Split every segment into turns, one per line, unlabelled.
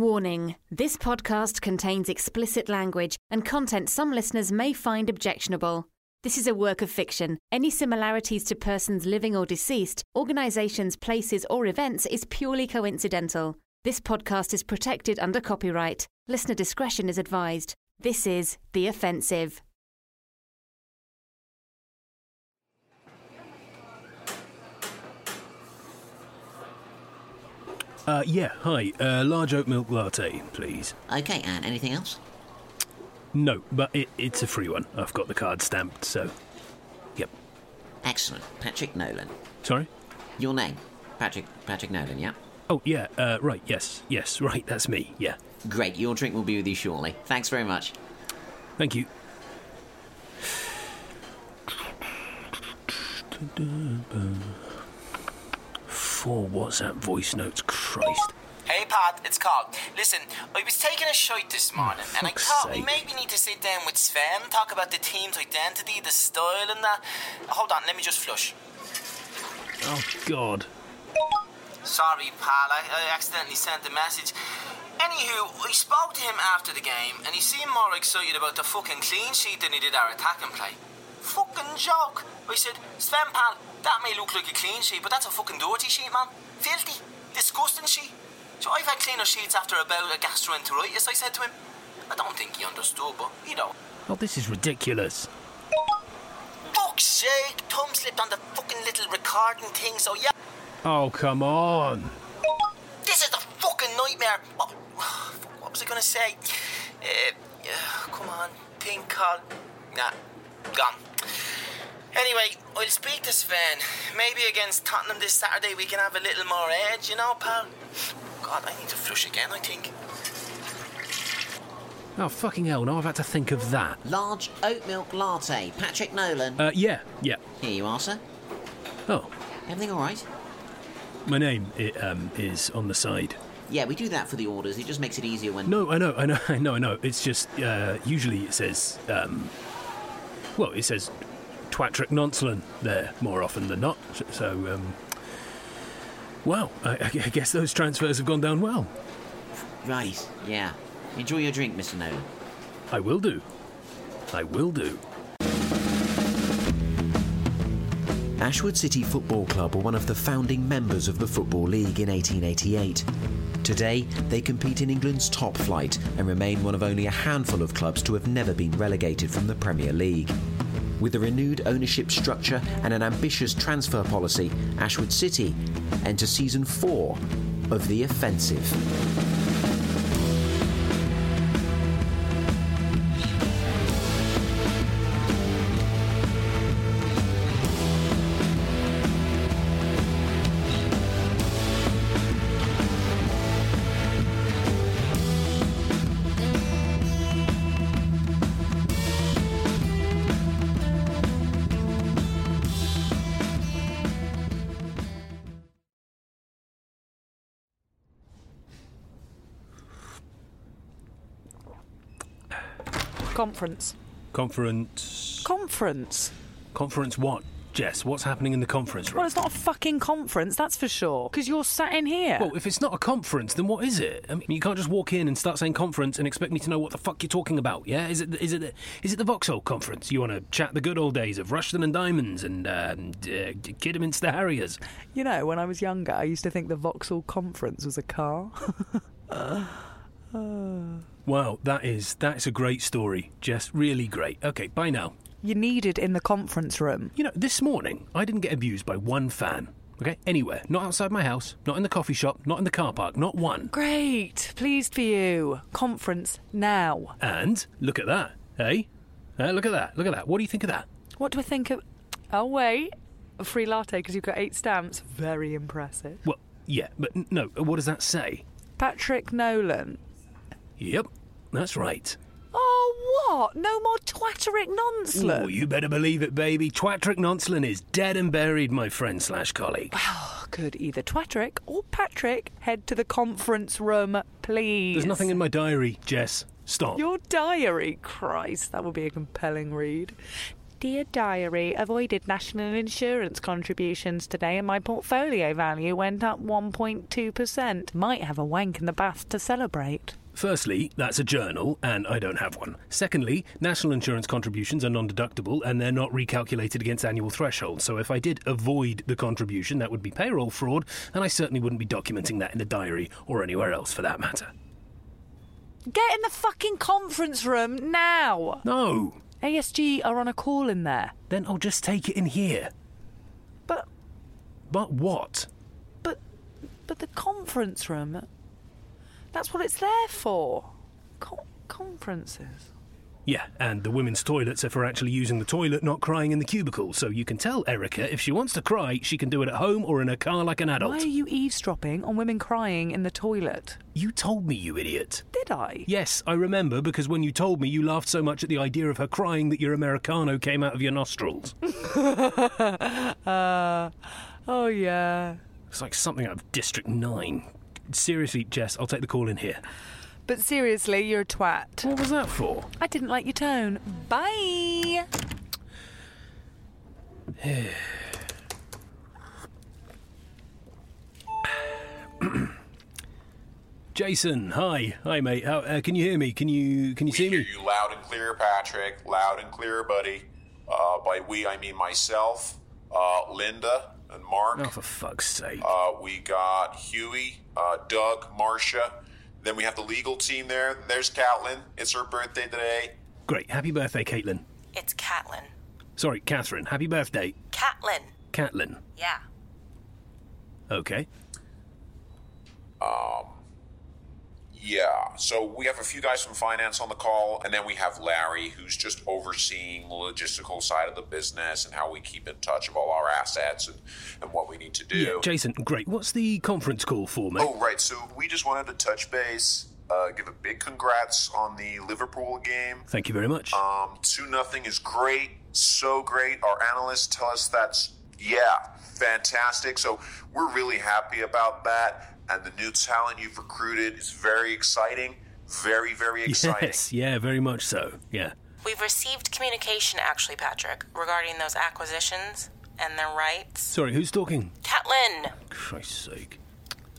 Warning this podcast contains explicit language and content some listeners may find objectionable. This is a work of fiction. Any similarities to persons living or deceased, organizations, places, or events is purely coincidental. This podcast is protected under copyright. Listener discretion is advised. This is The Offensive.
Uh, yeah, hi. Uh, large oat milk latte, please.
Okay, and anything else?
No, but it, it's a free one. I've got the card stamped, so. Yep.
Excellent. Patrick Nolan.
Sorry?
Your name? Patrick Patrick Nolan, yeah?
Oh, yeah, uh, right, yes, yes, right, that's me, yeah.
Great, your drink will be with you shortly. Thanks very much.
Thank you. Four WhatsApp voice notes, Christ.
Hey, Pat, it's Carl. Listen, I was taking a shite this morning, and I
Oh, fuck's
thought we
sake.
maybe need to sit down with Sven, talk about the team's identity, the style, and that. Hold on, let me just flush.
Oh, God.
Sorry, pal, I, I accidentally sent the message. Anywho, I spoke to him after the game, and he seemed more excited about the fucking clean sheet than he did our attacking play. Fucking joke! I said, Sven, pal, that may look like a clean sheet, but that's a fucking dirty sheet, man. Filthy, disgusting sheet. So I've had cleaner sheets after about a gastroenteritis, I said to him. I don't think he understood, but, you know.
Oh, this is ridiculous.
Fuck's sake, Tom slipped on the fucking little recording thing, so yeah.
Oh, come on.
This is the fucking nightmare. What, fuck, what was I gonna say? Uh, yeah, come on, pink call. Nah, gone. Anyway, I'll speak to Sven. Maybe against Tottenham this Saturday we can have a little more edge, you know, pal? God, I need to flush again, I think.
Oh, fucking hell, now I've had to think of that.
Large oat milk latte. Patrick Nolan.
Uh, yeah, yeah.
Here you are, sir.
Oh,
Everything all right?
my name it, um, is on the side.
Yeah, we do that for the orders. It just makes it easier when.
No, I know, I know, I know, I know. It's just uh, usually it says, um, well, it says Twatrick Nonslin there more often than not. S- So, um, wow, I, I guess those transfers have gone down well.
Right, yeah. Enjoy your drink, Mr. Nolan.
I will do. I will do.
Ashwood City Football Club were one of the founding members of the Football League in 1888. Today, they compete in England's top flight and remain one of only a handful of clubs to have never been relegated from the Premier League. With a renewed ownership structure and an ambitious transfer policy, Ashwood City enter season four of The Offensive.
Conference.
Conference.
Conference.
Conference what? Jess, what's happening in the conference room?
Well, it's not a fucking conference, that's for sure. Because you're sat in here.
Well, if it's not a conference, then what is it? I mean, you can't just walk in and start saying conference and expect me to know what the fuck you're talking about. Yeah, is it is it the, is it the Vauxhall conference? You want to chat the good old days of Rushton and Diamonds and uh, and, uh, Kidderminster Harriers?
you know, when I was younger, I used to think the Vauxhall conference was a car.
Wow, that is that's a great story, Jess. Really great. Okay, bye now.
you needed in the conference room.
You know, this morning I didn't get abused by one fan. Okay, anywhere, not outside my house, not in the coffee shop, not in the car park, not one.
Great. Pleased for you. Conference now.
And look at that, hey, Eh, look at that, look at that. What do you think of that?
What do I think of. Oh, wait. A free latte because you've got eight stamps. Very impressive.
Well, yeah, but n- no. What does that say?
Patrick Nolan.
Yep, that's right.
Oh, what? No more twatteric nonsense.
Oh, you better believe it, baby. Twatrick Nonslin is dead and buried, my friend slash colleague.
Could either Twatterick or Patrick head to the conference room, please?
There's nothing in my diary, Jess. Stop.
Your diary, Christ, that would be a compelling read. Dear diary, avoided national insurance contributions today and my portfolio value went up 1.2%. Might have a wank in the bath to celebrate.
Firstly, that's a journal, and I don't have one. Secondly, national insurance contributions are non deductible and they're not recalculated against annual thresholds. So if I did avoid the contribution, that would be payroll fraud, and I certainly wouldn't be documenting that in the diary or anywhere else for that matter.
Get in the fucking conference room now!
No!
ASG are on a call in there.
Then I'll just take it in here.
But,
But what?
but, but the conference room. That's what it's there for. Con- conferences.
Yeah, and the women's toilets are for actually using the toilet, not crying in the cubicle. So you can tell Erica if she wants to cry, she can do it at home or in her car like an
Why
adult.
are you eavesdropping on women crying in the toilet?
You told me, you idiot.
Did I?
Yes, I remember because when you told me, you laughed so much at the idea of her crying that your Americano came out of your nostrils.
Uh, oh yeah.
it's like something out of District 9. Seriously, Jess, I'll take the call in here.
But seriously, you're a twat.
What was that for?
I didn't like your tone. Bye.
Jason, hi. Hi, mate. How, uh, can you hear me? Can you can you see me?
you loud and clear, Patrick. Loud and clear, buddy. Uh, by we, I mean myself, uh, Linda, and Mark.
Oh, for fuck's sake.
Uh, we got Huey, uh, Doug, Marcia. Then we have the legal team there. There's Catlin. It's her birthday today.
Great. Happy birthday, Caitlin.
It's Catlin.
Sorry, Catherine. Happy birthday,
Catlin.
Catlin.
Yeah.
Okay.
Um, Yeah. So we have a few guys from finance on the call, and then we have Larry, who's just overseeing the logistical side of the business and how we keep in touch of all our assets and, and what we need to do.
Yeah, Jason, great. What's the conference call for, mate?
Oh, right. So we just wanted to touch base, uh, give a big congrats on the Liverpool game.
Thank you very much.
Um, 2 nothing is great. So great. Our analysts tell us that's, yeah, fantastic. So we're really happy about that. And the new talent you've recruited is very exciting. Very, very exciting.
Yes, yeah, very much so. Yeah.
We've received communication, actually, Patrick, regarding those acquisitions and their rights.
Sorry, who's talking?
Catlin!
Christ's sake.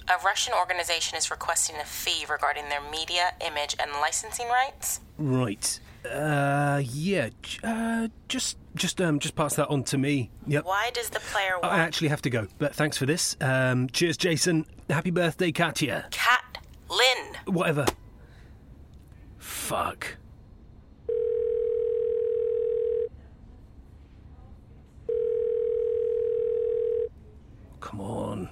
A Russian organization is requesting a fee regarding their media, image, and licensing rights.
Right. Uh, yeah. j- Uh, just, just, um, just pass that on to me. Yep.
Why does the player
I
want
actually have to go, but thanks for this. Um, cheers, Jason. Happy birthday, Katya.
Catlin?
Whatever. Fuck. Come on.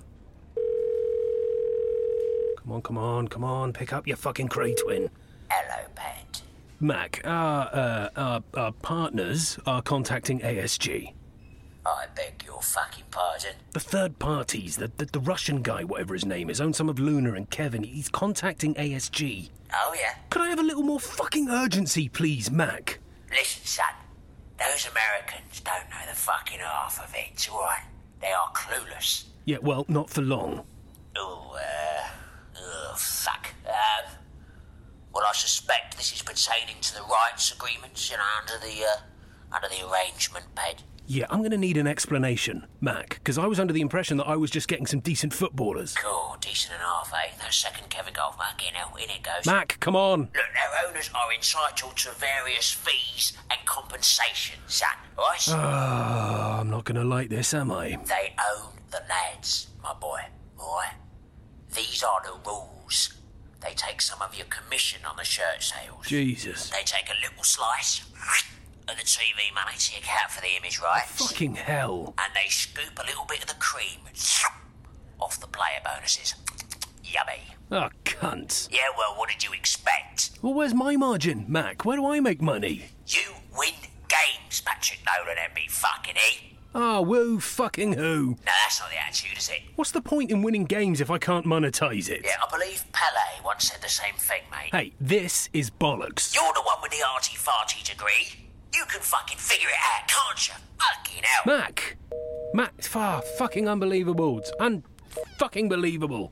Come on, come on, come on. Pick up your fucking cray twin.
Hello, Pat.
Mac, our, uh, our, our partners are contacting ASG.
I beg your fucking pardon.
The third parties, the, the, the Russian guy, whatever his name is, owns some of Luna and Kevin. He's contacting ASG.
Oh, yeah.
Could I have a little more fucking urgency, please, Mac?
Listen, son. Those Americans don't know the fucking half of it, it's alright? They are clueless.
Yeah, well, not for long.
Oh, uh, oh, fuck. Um, well, I suspect this is pertaining to the rights agreements, you know, under the uh, under the arrangement, Ped.
Yeah, I'm going to need an explanation, Mac, because I was under the impression that I was just getting some decent footballers.
Cool, decent and half, eh? That second Kevin Goldmark, you know, in it goes.
Mac, come on.
Look, their owners are entitled to various fees and compensation, son. Right?
Oh, I'm not going to like this, am I?
They own the lads, my boy. Alright? These are the rules. They take some of your commission on the shirt sales.
Jesus.
They take a little slice of the TV money to account for the image rights.
Fucking hell.
And they scoop a little bit of the cream off the player bonuses. Yummy.
Oh, cunt.
Yeah, well, what did you expect?
Well, where's my margin, Mac? Where do I make money?
You win games, Patrick Nolan, and be fucking E.
Ah, woo fucking who.
No, that's not the attitude, is it?
What's the point in winning games if I can't monetize it?
Yeah, I believe Pele once said the same thing, mate.
Hey, this is bollocks.
You're the one with the arty farty degree. You can fucking figure it out, can't you? Fucking hell.
Mac! Mac, far fucking unbelievable. It's un fucking believable.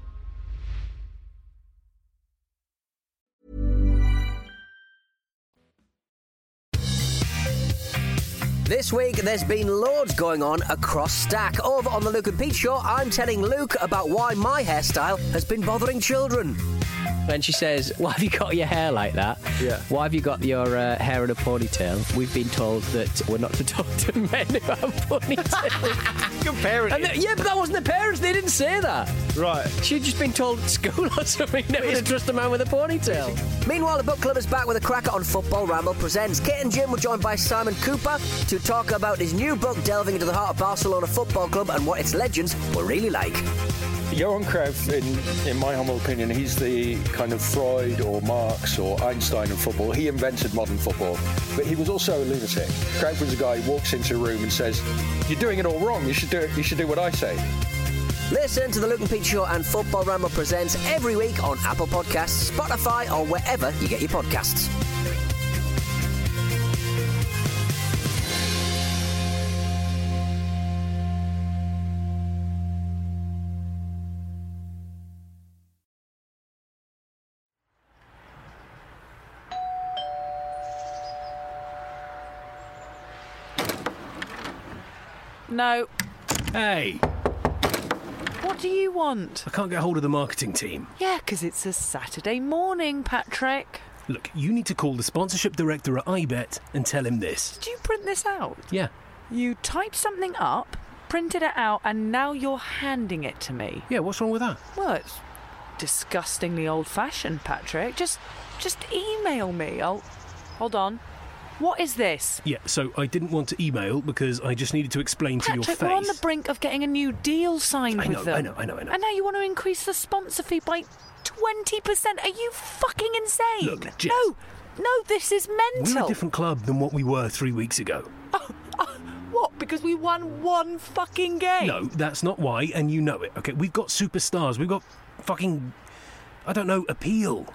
This week, there's been loads going on across Stack. Over on the Luke and Pete show, I'm telling Luke about why my hairstyle has been bothering children.
Then she says, Why have you got your hair like that?
Yeah.
Why have you got your uh, hair in a ponytail? We've been told that we're not to talk to men who have ponytails. Your parents. yeah, but that wasn't the parents. They didn't say that. Right. She'd just been told at school or something never to trust a man with a ponytail.
Meanwhile, the book club is back with a cracker on Football Ramble Presents. Kit and Jim were joined by Simon Cooper to talk about his new book delving into the heart of Barcelona Football Club and what its legends were really like.
Johan Cruyff, in, in my humble opinion, he's the kind of Freud or Marx or Einstein of football. He invented modern football, but he was also a lunatic. Cruyff was a guy who walks into a room and says, "You're doing it all wrong. You should do it. You should do what I say."
Listen to the Luke and Pete show and Football Ramble Presents every week on Apple Podcasts, Spotify, or wherever you get your podcasts.
No.
Hey,
What do you want?
I can't get hold of the marketing team.
Yeah, 'cause it's a Saturday morning, Patrick.
Look, you need to call the sponsorship director at iBet and tell him this.
Did you print this out?
Yeah.
You typed something up, printed it out, and now you're handing it to me.
Yeah, what's wrong with that?
Well, it's disgustingly old-fashioned, Patrick. Just, just email me. I'll. Hold on. What is this?
Yeah, so I didn't want to email because I just needed to explain to your
Patrick,
face.
we're on the brink of getting a new deal signed
I
with
know,
them.
I know, I know, I know.
And now you want to increase the sponsor fee by 20%. Are you fucking insane?
Look, Jess.
No, no, this is
We're a
mental.
different club than what we were three weeks ago.
What? Because we won one fucking game?
No, that's not why, and you know it. Okay, we've got superstars. We've got fucking, I don't know, appeal.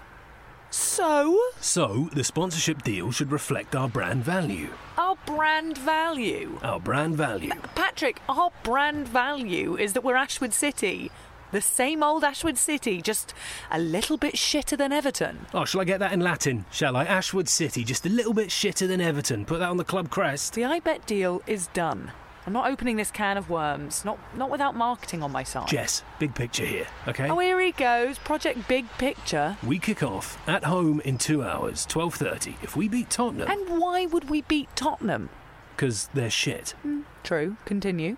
So?
So, the sponsorship deal should reflect our brand value.
Our brand value.
Our brand value.
Patrick, our brand value is that we're Ashwood City. The same old Ashwood City, just a little bit shitter than Everton.
Oh, shall I get that in Latin? Shall I? Ashwood City, just a little bit shitter than Everton. Put that on the club crest.
The iBet deal is done. I'm not opening this can of worms. Not not without marketing on my side.
Jess, eh? big picture here, okay?
Oh, here he goes. Project Big Picture.
We kick off at home in two hours, twelve thirty. If we beat Tottenham,
And why would we beat Hmm, Tottenham?
because they're shit.
True. Continue.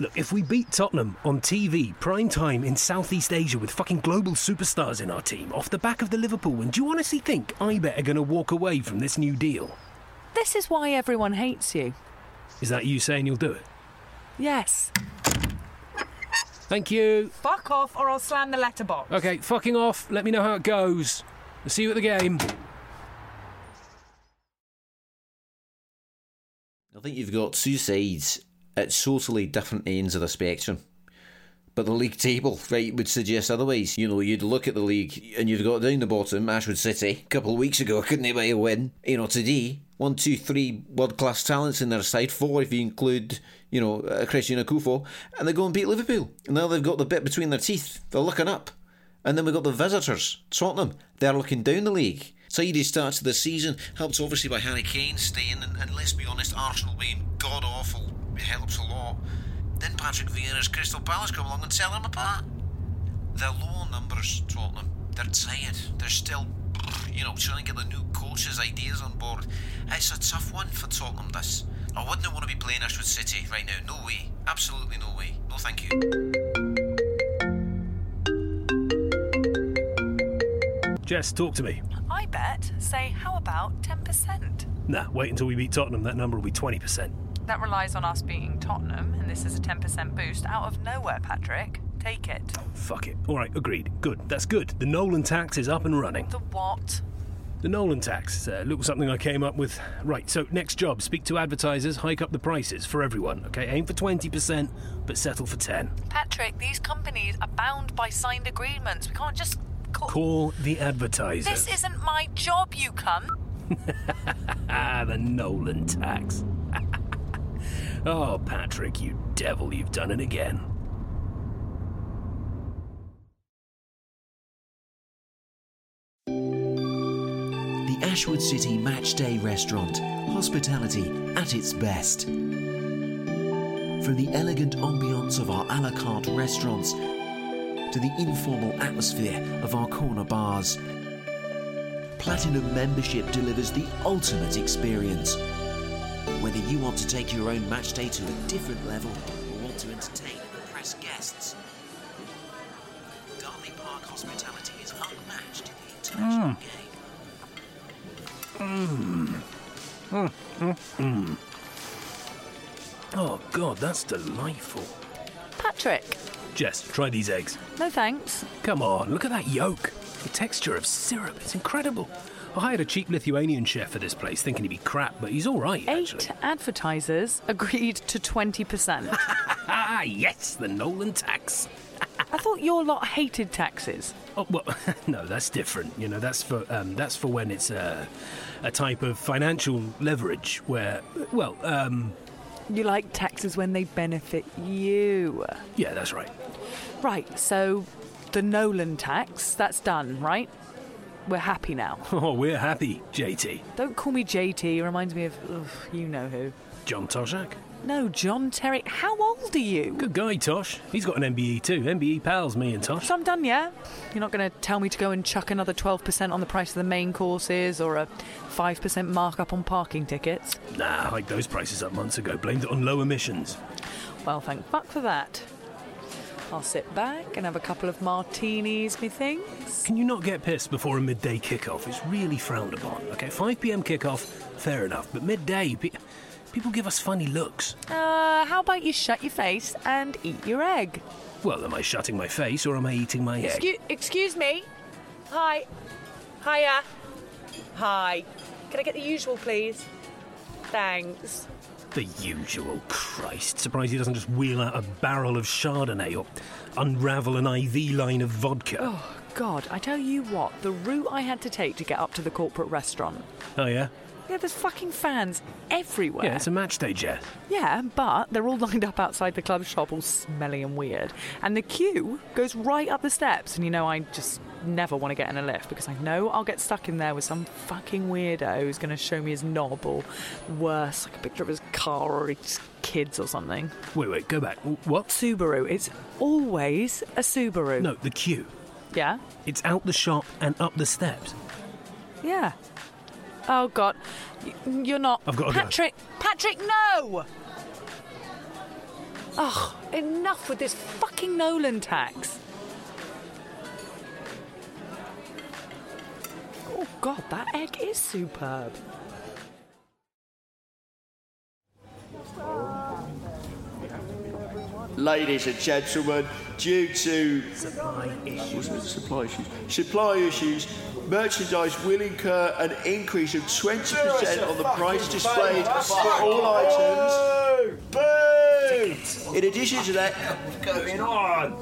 Look, if we beat Tottenham on TV, prime time in Southeast Asia with fucking global superstars in our team, off the back of the Liverpool win, do you honestly think I bet are going to walk away from this new deal?
This is why everyone hates you.
Is that you saying you'll do it?
Yes.
Thank you.
Fuck off, or I'll slam the letterbox.
Okay, fucking off. Let me know how it goes. See you at the game.
I think you've got two sides at totally different ends of the spectrum. But the league table, right, would suggest otherwise. You know, you'd look at the league and you've got down the bottom, Ashwood City, a couple of weeks ago, couldn't they buy a win? You know, today, one, two, three world class talents in their side, four if you include, you know, uh, Christian Akufo, and they go and beat Liverpool. And now they've got the bit between their teeth. They're looking up. And then we've got the visitors, Tottenham. They're looking down the league. Tidy start to the season, helped obviously by Harry Kane staying, and, and let's be honest, Arsenal being god awful helps a lot. Then Patrick Vieira's Crystal Palace come along and tear them apart. They're low on numbers, Tottenham. They're tired. They're still, you know, trying to get the new coach's ideas on board. It's a tough one for Tottenham, this. I wouldn't want to be playing Ashwood City right now. No way. Absolutely no way. No thank you.
Jess, talk to me.
I bet, say, how about 10%?
Nah, wait until we beat Tottenham. That number will be 20%.
That relies on us beating Tottenham, and this is a 10% boost out of nowhere, Patrick. Take it.
Fuck it. All right, agreed. Good. That's good. The Nolan tax is up and running.
The what?
The Nolan tax. Uh, look, something I came up with. Right, so next job, speak to advertisers, hike up the prices for everyone. Okay, aim for 20%, but settle for 10.
Patrick, these companies are bound by signed agreements. We can't just. Call-
Call the advertiser.
Oh. This isn't my job, you cunt.
Ah, the Nolan tax. oh, Patrick, you devil, you've done it again.
The Ashwood City Matchday Restaurant, hospitality at its best. From the elegant ambiance of our a la carte restaurants to the informal atmosphere of our corner bars, Platinum membership delivers the ultimate experience. Whether you want to take your own matchday to a different level or want to entertain and impress guests, Darnley Park hospitality is unmatched in the international
Mm.
game.
Mmm. Mmm, mmm, mmm. Oh, God, that's delightful.
Patrick.
Jess, try these eggs.
No thanks.
Come on, look at that yolk. The texture of syrup, it's incredible. I hired a cheap Lithuanian chef for this place, thinking he'd be crap, but he's all right, actually.
Eight advertisers agreed to 20%.
Ah, yes, the Nolan tax.
I thought your lot hated taxes.
Oh, well, no, that's different. You know, that's for um, that's for when it's a, a type of financial leverage where, well, um,
You like taxes when they benefit you.
yeah, that's right.
Right, so the Nolan tax, that's done, right? We're happy now.
Oh, we're happy, JT.
Don't call me JT, it reminds me of, ugh, you know who.
John Toshak.
No, John Terry, how old are you?
Good guy, Tosh. He's got an MBE too. MBE pals, me and Tosh.
So I'm done, yeah? You're not going to tell me to go and chuck another 12% on the price of the main courses or a 5% markup on parking tickets?
Nah, hiked those prices up months ago. Blamed it on low emissions.
Well, thank fuck for that. I'll sit back and have a couple of martinis, methinks.
Can you not get pissed before a midday kickoff? It's really frowned upon. Okay, 5 p.m. kickoff, fair enough, but midday, pe- people give us funny looks.
Uh, how about you shut your face and eat your egg?
Well, am I shutting my face or am I eating my egg?
Excuse, excuse me. Hi. Hiya. Hi. Can I get the usual, please? Thanks.
The usual Christ. Surprised he doesn't just wheel out a barrel of Chardonnay or unravel an IV line of vodka.
Oh. God, I tell you what, the route I had to take to get up to the corporate restaurant.
Oh, yeah?
Yeah, there's fucking fans everywhere.
Yeah, it's a match day, Jeff.
Yeah, but they're all lined up outside the club shop, all smelly and weird. And the queue goes right up the steps. And you know, I just never want to get in a lift because I know I'll get stuck in there with some fucking weirdo who's going to show me his knob or worse, like a picture of his car or his kids or something.
Wait, wait, go back. W- What?
Subaru. It's always a Subaru.
No, the queue.
Yeah?
It's out the shop and up the steps.
Yeah. Oh, God. Y- You're not.
I've gotta go.
Patrick! Patrick, no! Ugh, enough with this fucking Nolan tax. Oh, God, that egg is superb.
Ladies and gentlemen, due to supply issues, supply issues, supply issues, merchandise will incur an increase of 20% on the price displayed for all items. In addition to that, going on.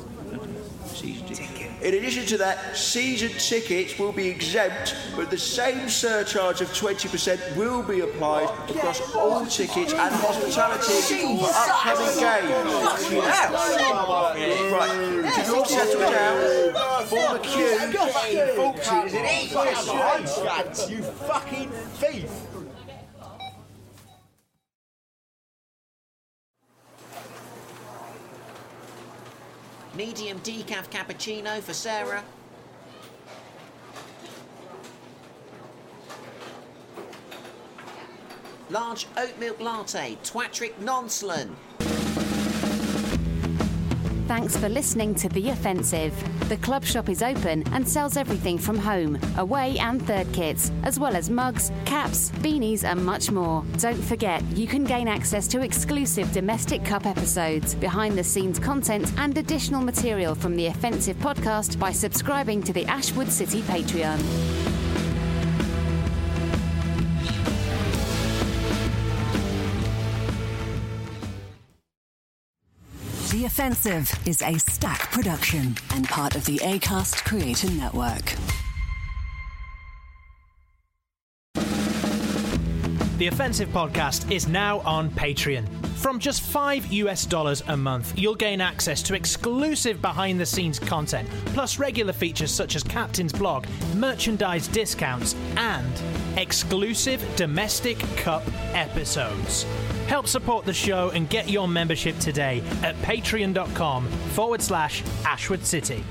Season ticket. In addition to that, season tickets will be exempt, but the same surcharge of 20% will be applied across all tickets and hospitality for upcoming games. Right, you all settle down, form a queue,
You fucking thief!
Medium decaf cappuccino for Sarah. Large oat milk latte, Twatrick Nonslin.
Thanks for listening to The Offensive. The club shop is open and sells everything from home, away, and third kits, as well as mugs, caps, beanies, and much more. Don't forget, you can gain access to exclusive domestic cup episodes, behind the scenes content, and additional material from The Offensive podcast by subscribing to the Ashwood City Patreon.
The Offensive is a stack production and part of the ACAST Creator Network.
The Offensive Podcast is now on Patreon. From just 5 US dollars a month, you'll gain access to exclusive behind the scenes content, plus regular features such as Captain's Blog, merchandise discounts, and exclusive domestic cup episodes. Help support the show and get your membership today at patreon.com forward slash Ashwood City.